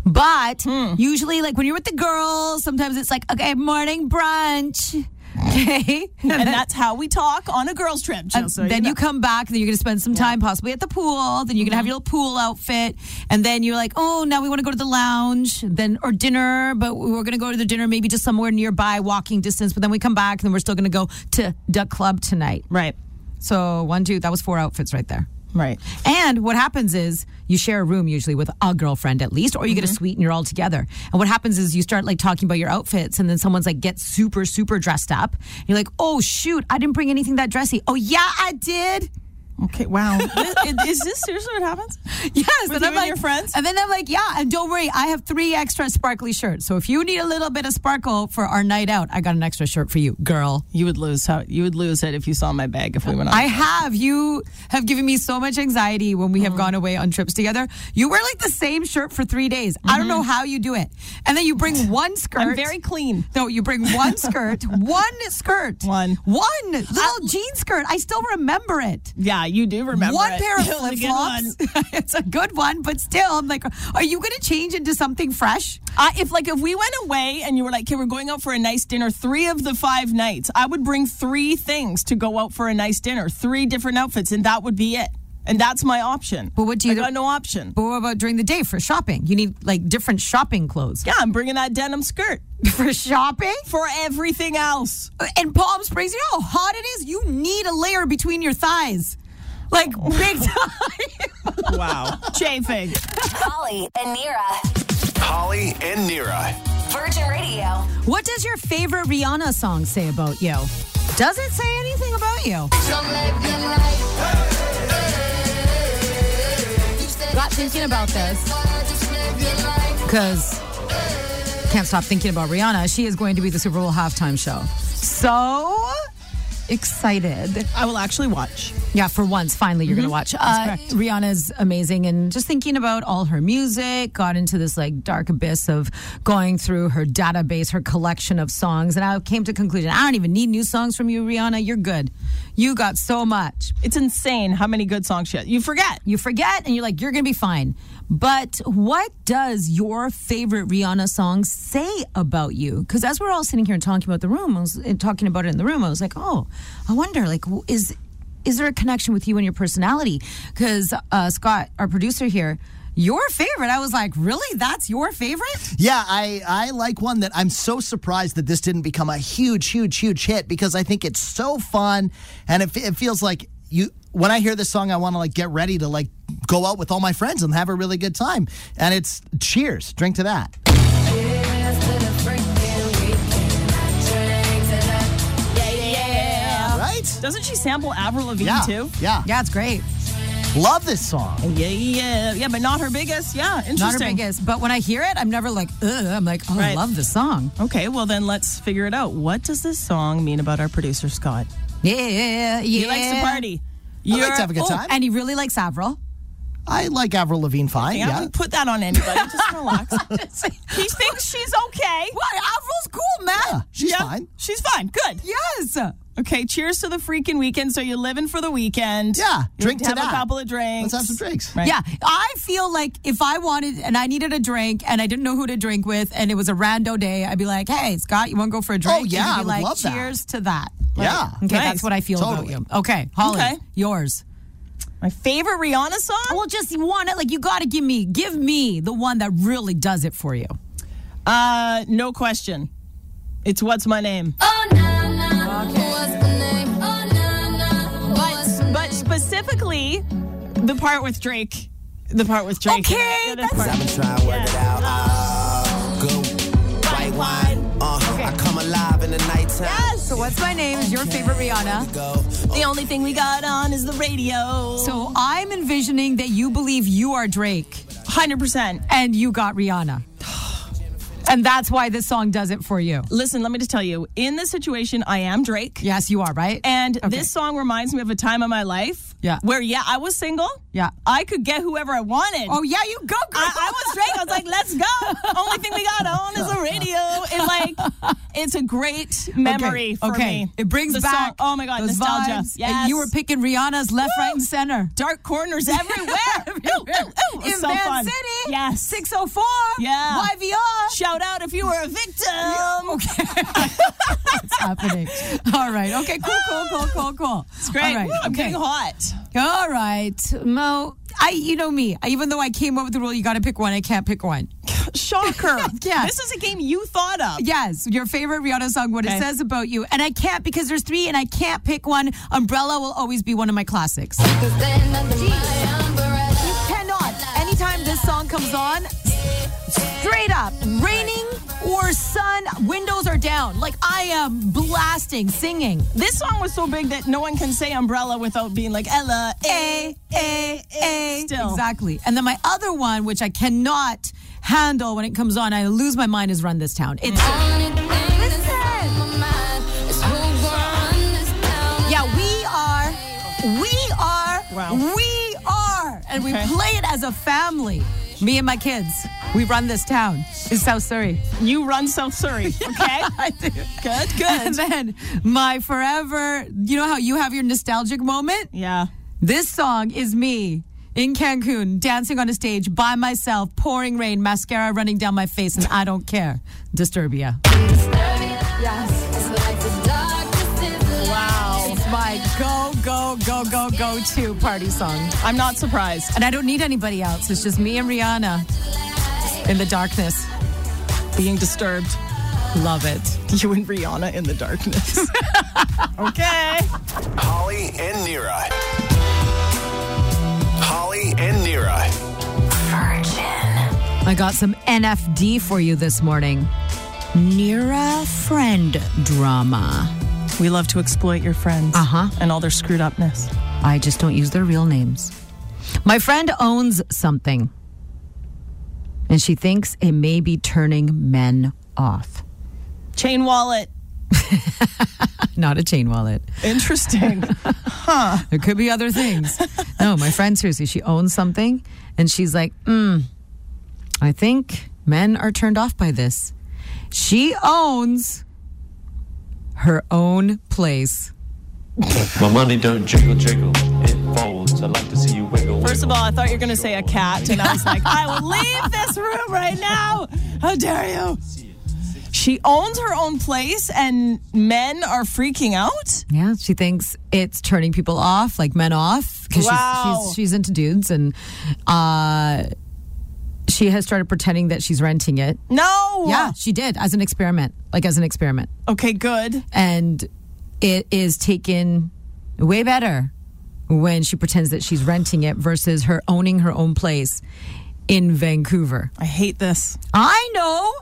Speaker 5: But usually like when you're with the girls, sometimes it's like, okay, morning brunch. Okay.
Speaker 7: And that's how we talk on a girls' trip. Jill,
Speaker 5: And
Speaker 7: so
Speaker 5: then
Speaker 7: know. Mm-hmm.
Speaker 5: you come back, then you're going to spend some time possibly at the pool. Then you're going to have your little pool outfit. And then you're like, oh, now we want to go to the lounge, then or dinner, but we're going to go to the dinner maybe just somewhere nearby, walking distance. But then we come back, and then we're still going to go to Duck Club tonight.
Speaker 7: Right.
Speaker 5: So, one, two, that was four outfits right there.
Speaker 7: Right.
Speaker 5: And what happens is you share a room usually with a girlfriend at least, or you
Speaker 7: Mm-hmm.
Speaker 5: get a suite and you're all together. And what happens is you start like talking about your outfits, and then someone's like gets super, super dressed up. You're like, oh shoot, I didn't bring anything that dressy. Oh yeah, I did.
Speaker 7: Okay. Wow. is, is this seriously what happens?
Speaker 5: Yes,
Speaker 7: With
Speaker 5: and
Speaker 7: you
Speaker 5: I'm
Speaker 7: and
Speaker 5: like,
Speaker 7: your friends?
Speaker 5: And then I'm like, yeah, and don't worry, I have three extra sparkly shirts. So if you need a little bit of sparkle for our night out, I got an extra shirt for you, girl.
Speaker 7: You would lose. How you would lose it if you saw my bag if we went on.
Speaker 5: I have. You have given me so much anxiety when we
Speaker 7: Mm-hmm.
Speaker 5: have gone away on trips together. You wear like the same shirt for three days. I don't know how you do it. And then you bring one skirt.
Speaker 7: Mm-hmm. I'm very clean.
Speaker 5: No, you bring one skirt, one skirt,
Speaker 7: One. Uh,
Speaker 5: one little jean skirt. I still remember it.
Speaker 7: Yeah, you do remember
Speaker 5: one
Speaker 7: it.
Speaker 5: pair of
Speaker 7: It was a
Speaker 5: flip
Speaker 7: good
Speaker 5: flops.
Speaker 7: one.
Speaker 5: it's a good one, but still, I'm like, are you going to change into something fresh?
Speaker 7: I, if like if we went away and you were like, "Okay, we're going out for a nice dinner," three of the five nights, I would bring three things to go out for a nice dinner, three different outfits, and that would be it. And that's my option.
Speaker 5: But what do you
Speaker 7: I
Speaker 5: do-
Speaker 7: got no option.
Speaker 5: But what about during the day for shopping? You need like different shopping clothes
Speaker 7: Yeah, I'm bringing that denim skirt
Speaker 5: for shopping.
Speaker 7: for everything else.
Speaker 5: in Palm Springs, you know how hot it is? You need a layer between your thighs. Like big time.
Speaker 7: Wow, chafing.
Speaker 6: Holly and Nira.
Speaker 2: Holly and Nira.
Speaker 6: Virgin Radio.
Speaker 5: what does your favorite Rihanna song say about you? Does it say anything about you? Got thinking about this. Because can't stop thinking about Rihanna. She is going to be the Super Bowl halftime show. So excited.
Speaker 7: I will actually watch.
Speaker 5: Yeah, for once, finally, you're going to watch. Uh, Rihanna's amazing, and just thinking about all her music, got into this like dark abyss of going through her database, her collection of songs, and I came to a conclusion: I don't even need new songs from you, Rihanna. You're good. You got so much.
Speaker 7: It's insane how many good songs she has. You forget.
Speaker 5: You forget, and you're like, you're going to be fine. But what does your favorite Rihanna song say about you? Because as we're all sitting here and talking about the room, I was, and talking about it in the room, I was like, oh, I wonder, like, w- is is there a connection with you and your personality? Because uh, Scott, our producer here, your favorite, I was like, really? That's your favorite?
Speaker 11: Yeah, I, I like one that I'm so surprised that this didn't become a huge, huge, huge hit because I think it's so fun and it, fe- it feels like you when I hear this song I want to like get ready to like go out with all my friends and have a really good time. And it's cheers, drink to that. Right?
Speaker 7: Doesn't she sample Avril Lavigne
Speaker 11: Yeah.
Speaker 7: too?
Speaker 11: Yeah.
Speaker 5: Yeah, it's great.
Speaker 11: Love this song.
Speaker 7: Oh, Yeah, yeah, yeah, but not her biggest. Yeah, interesting.
Speaker 5: Not her biggest, but when I hear it, I'm never like, ugh. I'm like, oh, I
Speaker 7: Right.
Speaker 5: love this song.
Speaker 7: Okay, well then let's figure it out. What does this song mean about our producer Scott?
Speaker 5: Yeah, yeah.
Speaker 7: He likes to party. You
Speaker 11: to have a good time.
Speaker 5: And he really likes Avril.
Speaker 11: I like Avril Lavigne fine.
Speaker 7: I
Speaker 11: Yeah.
Speaker 7: wouldn't put that on anybody. Just relax. he thinks she's okay.
Speaker 5: What? Avril's cool, man.
Speaker 11: Yeah, she's
Speaker 7: Oh, Yeah,
Speaker 11: fine.
Speaker 7: She's fine. Good.
Speaker 5: Yes.
Speaker 7: Okay. Cheers to the freaking weekend. So you're living for the weekend.
Speaker 11: Yeah,
Speaker 7: You
Speaker 11: drink
Speaker 7: have
Speaker 11: to
Speaker 7: a
Speaker 11: that.
Speaker 7: couple of drinks.
Speaker 11: Let's have some drinks.
Speaker 7: Right.
Speaker 5: Yeah. I feel like if I wanted and I needed a drink and I didn't know who to drink with and it was a rando day, I'd be like, hey, Scott, you want to go for a drink?
Speaker 11: Oh, yeah,
Speaker 5: And you'd be
Speaker 11: I would
Speaker 5: like,
Speaker 11: love that.
Speaker 5: cheers to that.
Speaker 11: Yeah.
Speaker 5: Okay,
Speaker 7: Nice.
Speaker 5: that's what I feel
Speaker 11: Totally.
Speaker 5: about you. Okay, Holly,
Speaker 7: Okay.
Speaker 5: yours.
Speaker 7: My favorite Rihanna song.
Speaker 11: Oh,
Speaker 5: Well, just one. Like you got to give me, give me the one that really does it for you.
Speaker 7: Uh, no question. It's what's my name. But but specifically, the part with Drake. The part with Drake.
Speaker 5: Okay,
Speaker 7: That is part.
Speaker 12: trying to work it out. Oh, good white wine. Uh, I come alive in the nighttime.
Speaker 5: So what's my name? Is your favorite Rihanna?
Speaker 7: The only thing we got on is the radio. So
Speaker 5: So I'm envisioning that you believe you are Drake
Speaker 7: 100%.
Speaker 5: and you got Rihanna, and that's why this song does it for you.
Speaker 7: Listen, let me just tell you, in this situation, I am Drake.
Speaker 5: Yes, you are right.
Speaker 7: And
Speaker 5: Okay.
Speaker 7: this song reminds me of a time in my life
Speaker 5: Yeah.
Speaker 7: where, yeah, I was single.
Speaker 5: Yeah.
Speaker 7: I could get whoever I wanted.
Speaker 5: Oh yeah, you go, girl.
Speaker 7: I, I was Drake. I was like, let's go. Only thing we got on is the radio. It's like, it's a great memory
Speaker 5: okay.
Speaker 7: for
Speaker 5: okay.
Speaker 7: me.
Speaker 5: It brings
Speaker 7: The song-
Speaker 5: back.
Speaker 7: oh my God,
Speaker 5: those
Speaker 7: nostalgia.
Speaker 5: vibes.
Speaker 7: Yes.
Speaker 5: And you were picking Rihanna's left,
Speaker 7: Woo!
Speaker 5: right, and center.
Speaker 7: dark corners everywhere. Ooh, ooh, ooh. It was
Speaker 5: In
Speaker 7: so
Speaker 5: Van
Speaker 7: fun.
Speaker 5: City.
Speaker 7: Yes.
Speaker 5: 604.
Speaker 7: Yeah.
Speaker 5: YVR.
Speaker 7: Shout out if you were a victim.
Speaker 5: Okay. What's happening? All right. Okay. Cool. Cool. Cool. Cool. Cool. It's
Speaker 7: Great.
Speaker 5: All right.
Speaker 7: I'm
Speaker 5: okay.
Speaker 7: getting hot.
Speaker 5: All right, Mo. I, you know me. I, even though I came up with the rule, you got to pick one. I can't pick one.
Speaker 7: Shocker.
Speaker 5: Yeah.
Speaker 7: This is a game you thought up.
Speaker 5: Yes, your favorite Rihanna song, What
Speaker 7: Okay.
Speaker 5: It Says About You. And I can't because there's three and I can't pick one. Umbrella will always be one of my classics. Cannot. Anytime this song comes on, straight up, raining or sun, windows are down. Like I am blasting, singing.
Speaker 7: This song was so big that no one can say umbrella without being like Ella. eh,
Speaker 5: A, A, A.
Speaker 7: Still.
Speaker 5: Exactly. And then my other one, which I cannot handle when it comes on, I lose my mind, is Run This Town. It's. Yeah, we are. We are.
Speaker 7: Wow.
Speaker 5: We are. And
Speaker 7: Okay.
Speaker 5: we play it as a family. Me and my kids. We run this town. It's South Surrey.
Speaker 7: You run South Surrey. Okay. Good. Good.
Speaker 5: And then my forever, you know how you have your nostalgic moment?
Speaker 7: Yeah.
Speaker 5: This song is me in Cancun dancing on a stage by myself, pouring rain, mascara running down my face, and I don't care. Disturbia.
Speaker 13: Wow.
Speaker 5: It's my go, go, go, go, go to party song.
Speaker 7: I'm not surprised.
Speaker 5: And I don't need anybody else. It's just me and Rihanna in the darkness.
Speaker 7: Being disturbed.
Speaker 5: Love it.
Speaker 7: You and Rihanna in the darkness. okay.
Speaker 2: Holly and Nira. Holly and Nira.
Speaker 13: Virgin.
Speaker 5: I got some NFD for you this morning. Nira friend drama.
Speaker 7: We love to exploit your friends.
Speaker 5: Uh-huh.
Speaker 7: And all their screwed upness.
Speaker 5: I just don't use their real names. My friend owns something, and she thinks it may be turning men off.
Speaker 7: Chain wallet.
Speaker 5: Not a chain wallet.
Speaker 7: Interesting.
Speaker 5: There could be other things. no, my friend, seriously, she owns something, and she's like, mm, I think men are turned off by this. She owns her own place.
Speaker 14: My money don't jiggle jiggle, it folds. I'd like to see you wiggle.
Speaker 7: First of
Speaker 14: wiggle.
Speaker 7: all, I thought you were going to say a cat, and I was like, I will leave this room right now. How dare you? She owns her own place, and men are freaking out.
Speaker 5: Yeah, she thinks it's turning people off, like men off, because
Speaker 7: Wow.
Speaker 5: she's, she's she's into dudes, and uh, she has started pretending that she's renting it.
Speaker 7: No.
Speaker 5: Yeah, she did as an experiment, like as an experiment,
Speaker 7: Okay, good.
Speaker 5: and it is taken way better when she pretends that she's renting it versus her owning her own place in Vancouver.
Speaker 7: I hate this.
Speaker 5: I know.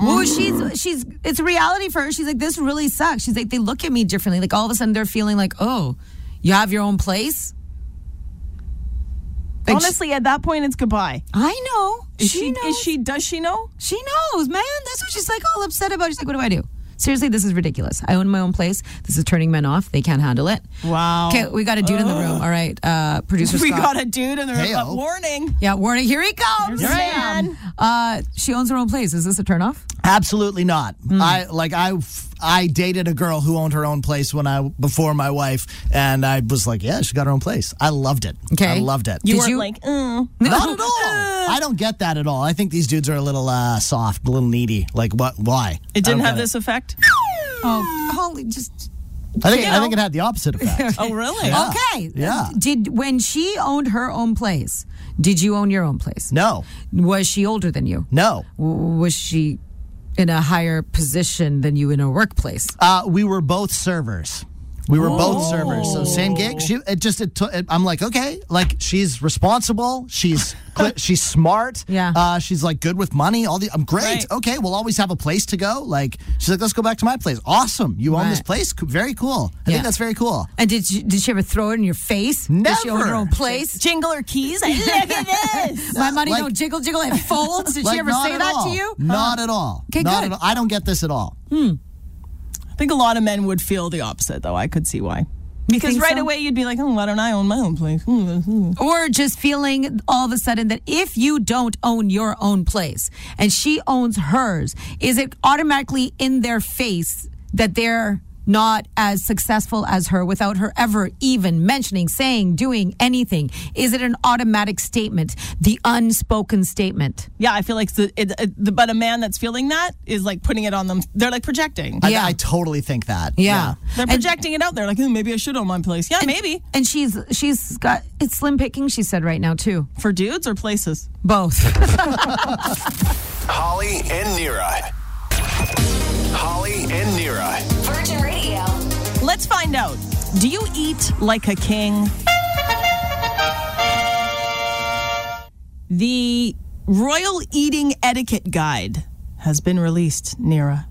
Speaker 5: Well, she's she's it's a reality for her. She's like, this really sucks. She's like, they look at me differently. Like all of a sudden, they're feeling like, oh, you have your own place. Like,
Speaker 7: Honestly, at that point, it's goodbye.
Speaker 5: she- I know.
Speaker 7: Is
Speaker 5: she,
Speaker 7: she,
Speaker 5: knows.
Speaker 7: Is she? Does she know?
Speaker 5: She knows, man. That's what she's like all upset about. She's like, what do I do? Seriously, this is ridiculous. I own my own place. This is turning men off. They can't handle it.
Speaker 7: Wow.
Speaker 5: Okay, we got a dude in the room. All right, uh, producer.
Speaker 7: We
Speaker 5: Scott.
Speaker 7: got a dude in the room.
Speaker 11: Heyo.
Speaker 7: but warning.
Speaker 5: Yeah, warning. Here he comes.
Speaker 7: Here's Sam.
Speaker 5: Uh, she owns her own place. Is this a turnoff?
Speaker 11: Absolutely not.
Speaker 7: Hmm.
Speaker 11: I like I I dated a girl who owned her own place when I before my wife, and I was like, yeah, she got her own place. I loved it.
Speaker 5: Okay.
Speaker 11: I loved it.
Speaker 7: You
Speaker 5: Did
Speaker 7: weren't
Speaker 5: you-
Speaker 7: like, mm.
Speaker 11: not at all. I don't get that at all. I think these dudes are a little uh, soft, a little needy. Like what? Why?
Speaker 7: It
Speaker 11: I don't
Speaker 7: didn't have
Speaker 11: get
Speaker 7: this effect.
Speaker 5: Oh, holy! Just
Speaker 11: I think I
Speaker 7: know.
Speaker 11: think it had the opposite effect.
Speaker 7: Oh, really?
Speaker 5: Okay.
Speaker 11: Ah, Yeah.
Speaker 5: Did when she owned her own place, did you own your own place?
Speaker 11: no,
Speaker 5: Was she older than you?
Speaker 11: no.
Speaker 5: W- Was she in a higher position than you in her workplace?
Speaker 11: Uh, we were both servers. We were both servers, so same
Speaker 5: Oh.
Speaker 11: gig. She, it just, it took. It, I'm like, okay, like she's responsible. She's cl- she's smart.
Speaker 5: Yeah.
Speaker 11: Uh, she's like good with money. All the, I'm great.
Speaker 7: Right.
Speaker 11: Okay, we'll always have a place to go. Like she's like, let's go back to my place. Awesome, you own this
Speaker 5: Right.
Speaker 11: place. Co- Very cool. I
Speaker 5: Yeah.
Speaker 11: think that's very cool.
Speaker 5: And did she, did she ever throw it in your face? Did she own her
Speaker 11: Never.
Speaker 5: own place?
Speaker 7: Oh, Jingle or keys? Look at this.
Speaker 5: My money
Speaker 11: Like-
Speaker 5: don't jiggle, jiggle. It folds. Did she
Speaker 11: Like,
Speaker 5: ever
Speaker 11: not
Speaker 5: say
Speaker 11: at
Speaker 5: that
Speaker 11: all.
Speaker 5: to you?
Speaker 11: Not at all.
Speaker 5: 'Kay,
Speaker 11: Not At
Speaker 5: good.
Speaker 11: all. I don't get this at all.
Speaker 7: I think a lot of men would feel the opposite, though. I could see why. Because
Speaker 5: think
Speaker 7: right
Speaker 5: so?
Speaker 7: away you'd be like, oh, why don't I own my own place? Hmm, hmm.
Speaker 5: Or just feeling all of a sudden that if you don't own your own place and she owns hers, is it automatically in their face that they're not as successful as her without her ever even mentioning, saying, doing anything? Is it an automatic statement, the unspoken statement?
Speaker 7: Yeah, I feel like the, it, it, the but a man that's feeling that is like putting it on them. They're like projecting.
Speaker 11: I,
Speaker 5: Yeah.
Speaker 11: I totally think that.
Speaker 5: Yeah.
Speaker 7: They're
Speaker 5: And-
Speaker 7: projecting it out there. Like, "Ooh, maybe I should own my place. Yeah, maybe
Speaker 5: And she's she's got it's slim picking. She said right now too.
Speaker 7: for dudes or places.
Speaker 5: Both.
Speaker 2: Holly and Nira. Holly and Nira.
Speaker 6: Virgin Radio.
Speaker 7: Let's find out. Do you eat like a king? The Royal Eating Etiquette Guide has been released, Nira.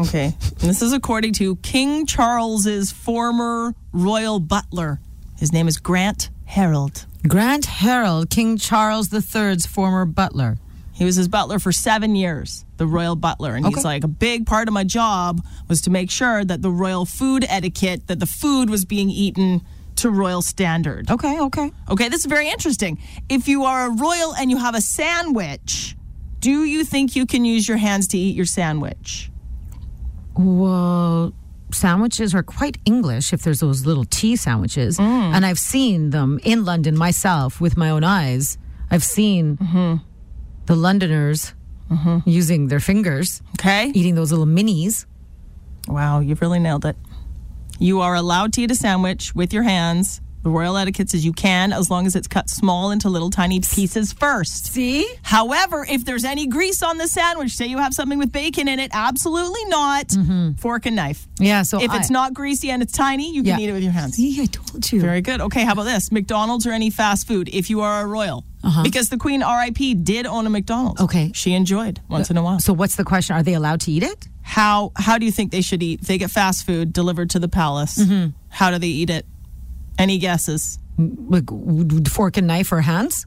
Speaker 7: okay. And this is according to King Charles's former royal butler. His name is Grant Harold.
Speaker 5: Grant Harold, King Charles III's former butler.
Speaker 7: He was his butler for seven years, the royal butler. And he's
Speaker 5: Okay.
Speaker 7: like, a big part of my job was to make sure that the royal food etiquette, that the food was being eaten to royal standard.
Speaker 5: Okay, okay.
Speaker 7: Okay, this is very interesting. If you are a royal and you have a sandwich, do you think you can use your hands to eat your sandwich?
Speaker 5: Well, sandwiches are quite English if there's those little tea sandwiches. And I've seen them in London myself with my own eyes. I've seen the Londoners using their fingers,
Speaker 7: Okay.
Speaker 5: eating those little minis.
Speaker 7: Wow, you've really nailed it. You are allowed to eat a sandwich with your hands. The royal etiquette says you can as long as it's cut small into little tiny pieces first.
Speaker 5: See?
Speaker 7: However, if there's any grease on the sandwich, say you have something with bacon in it, absolutely not. Fork and knife.
Speaker 5: Mm-hmm. Yeah, so
Speaker 7: if
Speaker 5: I-
Speaker 7: it's not greasy and it's tiny, you
Speaker 5: Yeah.
Speaker 7: can eat it with your hands.
Speaker 5: See, I told you.
Speaker 7: Very good. Okay, how about this? McDonald's or any fast food if you are a royal. Because the Queen RIP did own a McDonald's.
Speaker 5: Uh-huh. Okay. Uh,
Speaker 7: She enjoyed once in a while.
Speaker 5: so, what's the question? Are they allowed to eat it?
Speaker 7: How how do you think they should eat? They get fast food delivered to the palace.
Speaker 5: Mm-hmm.
Speaker 7: How do they eat it? Any guesses?
Speaker 5: Like w- w- fork and knife or hands?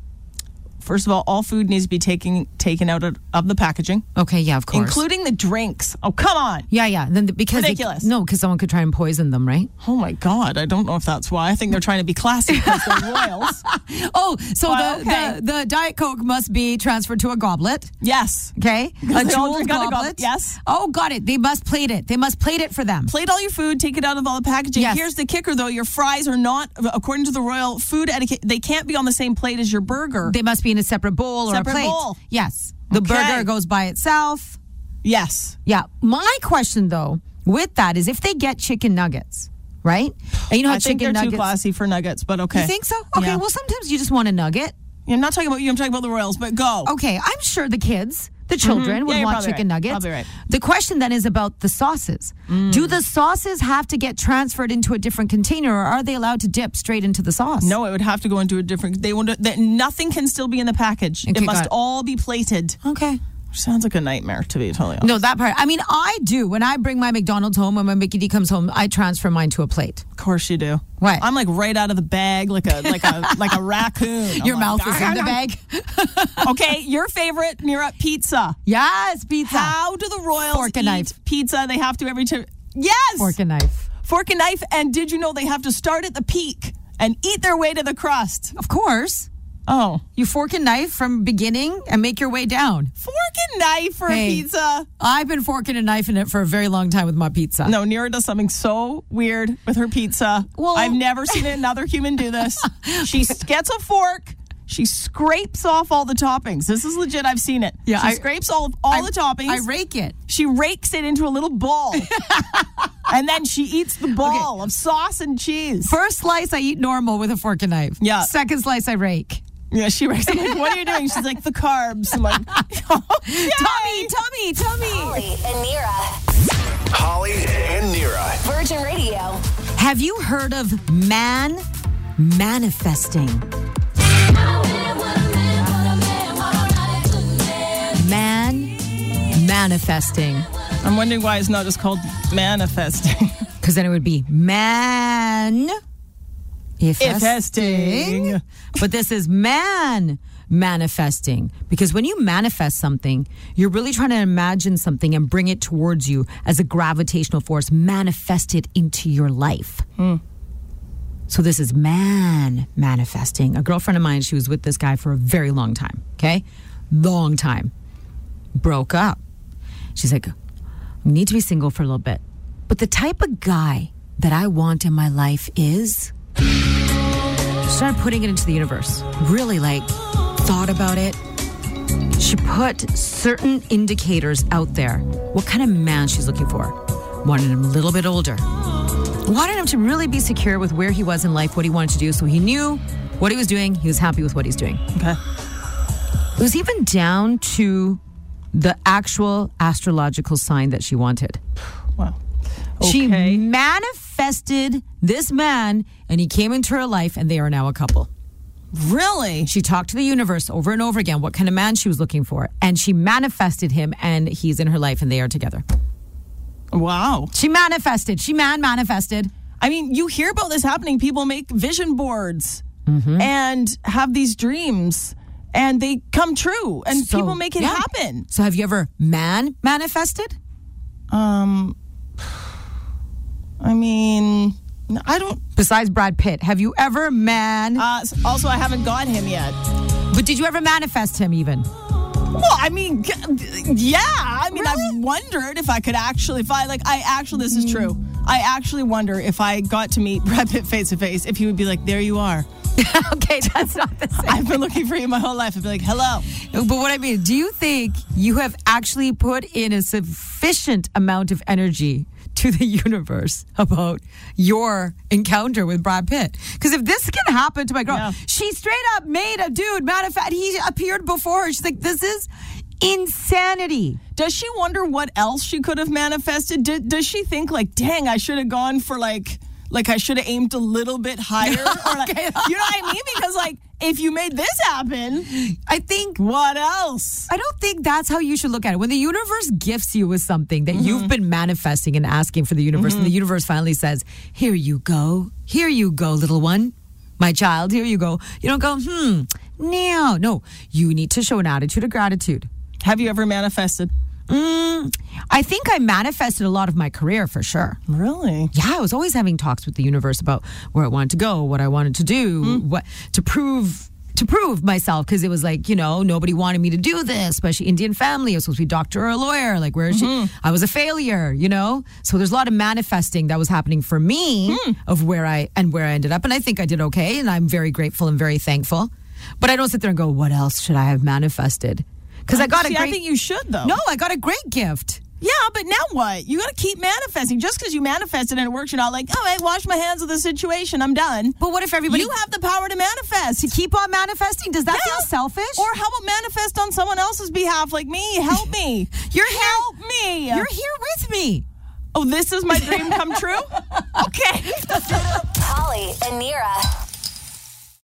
Speaker 7: First of all, all food needs to be taken taken out of of the packaging,
Speaker 5: Okay, yeah, of course.
Speaker 7: including the drinks. Oh, come on.
Speaker 5: yeah, yeah. Then the, because they-
Speaker 7: Ridiculous.
Speaker 5: no, because someone could try and poison them, right?
Speaker 7: Oh my God! I don't know if that's why. I think they're trying to be classy because they're royals.
Speaker 5: Oh, so
Speaker 7: Well,
Speaker 5: the,
Speaker 7: okay.
Speaker 5: the the Diet Coke must be transferred to a goblet.
Speaker 7: Yes.
Speaker 5: Okay, a
Speaker 7: they all
Speaker 5: jeweled
Speaker 7: drink out of
Speaker 5: goblet.
Speaker 7: gob- yes.
Speaker 5: Oh, got it. They must plate it. They must plate it for them.
Speaker 7: Plate all your food, take it out of all the packaging.
Speaker 5: Yes.
Speaker 7: Here's the kicker, though: your fries are not, according to the royal food etiquette, they can't be on the same plate as your burger.
Speaker 5: They must be in a separate bowl or
Speaker 7: Separate
Speaker 5: a plate.
Speaker 7: bowl.
Speaker 5: Yes. The
Speaker 7: Okay.
Speaker 5: burger goes by itself.
Speaker 7: yes.
Speaker 5: Yeah. My question though, with that, is if they get chicken nuggets, right? And you know how
Speaker 7: I
Speaker 5: chicken
Speaker 7: think they're
Speaker 5: nuggets.
Speaker 7: too classy for nuggets, but okay.
Speaker 5: You think so? Okay.
Speaker 7: Yeah.
Speaker 5: Well, sometimes you just want a nugget.
Speaker 7: I'm not talking about you. I'm talking about the royals. But go.
Speaker 5: Okay. I'm sure the kids. The children
Speaker 7: Mhm.
Speaker 5: would
Speaker 7: Yeah, you're
Speaker 5: want
Speaker 7: probably
Speaker 5: chicken
Speaker 7: right.
Speaker 5: nuggets.
Speaker 7: Probably right. Mm.
Speaker 5: The question then is about the sauces. Do the sauces have to get transferred into a different container or are they allowed to dip straight into the sauce?
Speaker 7: No, it would have to go into a different. They would. That nothing can still be in the package. it
Speaker 5: Okay,
Speaker 7: must
Speaker 5: got it.
Speaker 7: all be plated.
Speaker 5: Okay.
Speaker 7: Sounds like a nightmare to be totally honest.
Speaker 5: No, that part. I mean, I do. When I bring my McDonald's home, when my Mickey D comes home, I transfer mine to a plate.
Speaker 7: Of course you do.
Speaker 5: What?
Speaker 7: I'm like right out of the bag, like a like a like a raccoon. I'm
Speaker 5: Your
Speaker 7: like,
Speaker 5: mouth is in the
Speaker 7: "Argh."
Speaker 5: bag.
Speaker 7: okay, your favorite Mira pizza.
Speaker 5: yes, pizza.
Speaker 7: How do the royals
Speaker 5: Fork and
Speaker 7: eat
Speaker 5: knife.
Speaker 7: pizza? They have to every time. Yes,
Speaker 5: Fork and knife.
Speaker 7: Fork and knife. And did you know they have to start at the peak and eat their way to the crust?
Speaker 5: Of course.
Speaker 7: Oh,
Speaker 5: You fork and knife from beginning and make your way down.
Speaker 7: fork and knife for
Speaker 5: Hey.
Speaker 7: a pizza.
Speaker 5: I've been forking and knifing it for a very long time with my pizza.
Speaker 7: No, Nira does something so weird with her pizza.
Speaker 5: Well-
Speaker 7: I've never seen another human do this. she s- gets a fork. She scrapes off all the toppings. This is legit. I've seen it.
Speaker 5: Yeah,
Speaker 7: she
Speaker 5: I-
Speaker 7: scrapes all all
Speaker 5: I-
Speaker 7: the toppings.
Speaker 5: I rake it.
Speaker 7: she rakes it into a little ball, and then she eats the ball of sauce and cheese.
Speaker 5: First slice, I eat normal with a fork and knife.
Speaker 7: Yeah.
Speaker 5: Second slice, I rake.
Speaker 7: yeah, she rakes. I'm like, what are you doing? She's like, the carbs. I'm like, "Oh, "Yay!"
Speaker 5: Tommy, Tommy, Tommy.
Speaker 6: Holly and Nira.
Speaker 2: Holly and Nira.
Speaker 6: Virgin Radio.
Speaker 5: Have you heard of man manifesting? Man manifesting.
Speaker 7: I'm wondering why it's not just called manifesting.
Speaker 5: Because then it would be man
Speaker 7: Manifesting.
Speaker 5: But this is man manifesting. Because when you manifest something, you're really trying to imagine something and bring it towards you as a gravitational force, manifest it into your life. So this is man manifesting. A girlfriend of mine, she was with this guy for a very long time, okay? Long time. Broke up. She's like, I need to be single for a little bit. But the type of guy that I want in my life is. Started putting it into the universe. Really, like, thought about it. She put certain indicators out there. What kind of man she's looking for. Wanted him a little bit older. Wanted him to really be secure with where he was in life, what he wanted to do, so he knew what he was doing. He was happy with what he's doing.
Speaker 7: Okay.
Speaker 5: It was even down to the actual astrological sign that she wanted.
Speaker 7: Wow.
Speaker 5: She
Speaker 7: Okay.
Speaker 5: manifested this man and he came into her life and they are now a couple.
Speaker 7: Oh. Really?
Speaker 5: She talked to the universe over and over again what kind of man she was looking for and she manifested him and he's in her life and they are together.
Speaker 7: Wow.
Speaker 5: She manifested. She man manifested.
Speaker 7: I mean, you hear about this happening. People make vision boards Mm-hmm. and have these dreams and they come true and
Speaker 5: So,
Speaker 7: people make it
Speaker 5: yeah.
Speaker 7: happen.
Speaker 5: So have you ever man manifested?
Speaker 7: Um I mean, no, I don't
Speaker 5: Besides Brad Pitt, have you ever man
Speaker 7: uh s- also I haven't got him yet.
Speaker 5: but did you ever manifest him even?
Speaker 7: Well, I mean, g- yeah. I mean,
Speaker 5: Really?
Speaker 7: I've wondered if I could actually, if I like, I actually, this is true. I actually wonder if I got to meet Brad Pitt face to face, if he would be like, "There you are.
Speaker 5: okay, that's not the same.
Speaker 7: I've been looking for you my whole life." I'd be like, "Hello."
Speaker 5: But what I mean, do you think you have actually put in a sufficient amount of energy to the universe about your encounter with Brad Pitt? Because if this can happen to my girl,
Speaker 7: Yeah.
Speaker 5: she straight up made a dude. Matter of fact, he appeared before her. She's like, this is insanity.
Speaker 7: Does she wonder what else she could have manifested? Do, does she think like, "Dang, I should have gone for like." Like I should have aimed a little bit higher, or like,
Speaker 5: Okay.
Speaker 7: you know what I mean? Because like, if you made this happen,
Speaker 5: I think.
Speaker 7: what else?
Speaker 5: I don't think that's how you should look at it. When the universe gifts you with something that you've been manifesting and asking for the universe, and the universe finally says, Here you go. Here you go, little one. My child, here you go. You don't go, hmm, no. No, you need to show an attitude of gratitude.
Speaker 7: Have you ever manifested?
Speaker 5: I think I manifested a lot of my career for sure.
Speaker 7: Really?
Speaker 5: Yeah, I was always having talks with the universe about where I wanted to go, what I wanted to do,
Speaker 7: Hmm.
Speaker 5: what to prove to prove myself because it was like you know nobody wanted me to do this, especially Indian family. I was supposed to be a doctor or a lawyer. Like where is
Speaker 7: Mm-hmm.
Speaker 5: she? I was a failure, you know. So there's a lot of manifesting that was happening for me
Speaker 7: Hmm.
Speaker 5: of where I and where I ended up, and I think I did okay, and I'm very grateful and very thankful. But I don't sit there and go, what else should I have manifested? Because I got
Speaker 7: See,
Speaker 5: a great
Speaker 7: I think you should though.
Speaker 5: no, I got a great gift.
Speaker 7: Yeah, but now what? You got to keep manifesting. Just because you manifested and it works, you're not like, oh, I wash my hands of the situation. I'm done.
Speaker 5: But what if everybody
Speaker 7: you have the power to manifest.
Speaker 5: to keep on manifesting? Does that
Speaker 7: Yeah.
Speaker 5: feel selfish?
Speaker 7: Or how about manifest on someone else's behalf, like me? Help me.
Speaker 5: You're here-
Speaker 7: help me.
Speaker 5: You're here with me.
Speaker 7: oh, this is my dream come true. okay.
Speaker 6: Holly and Nira.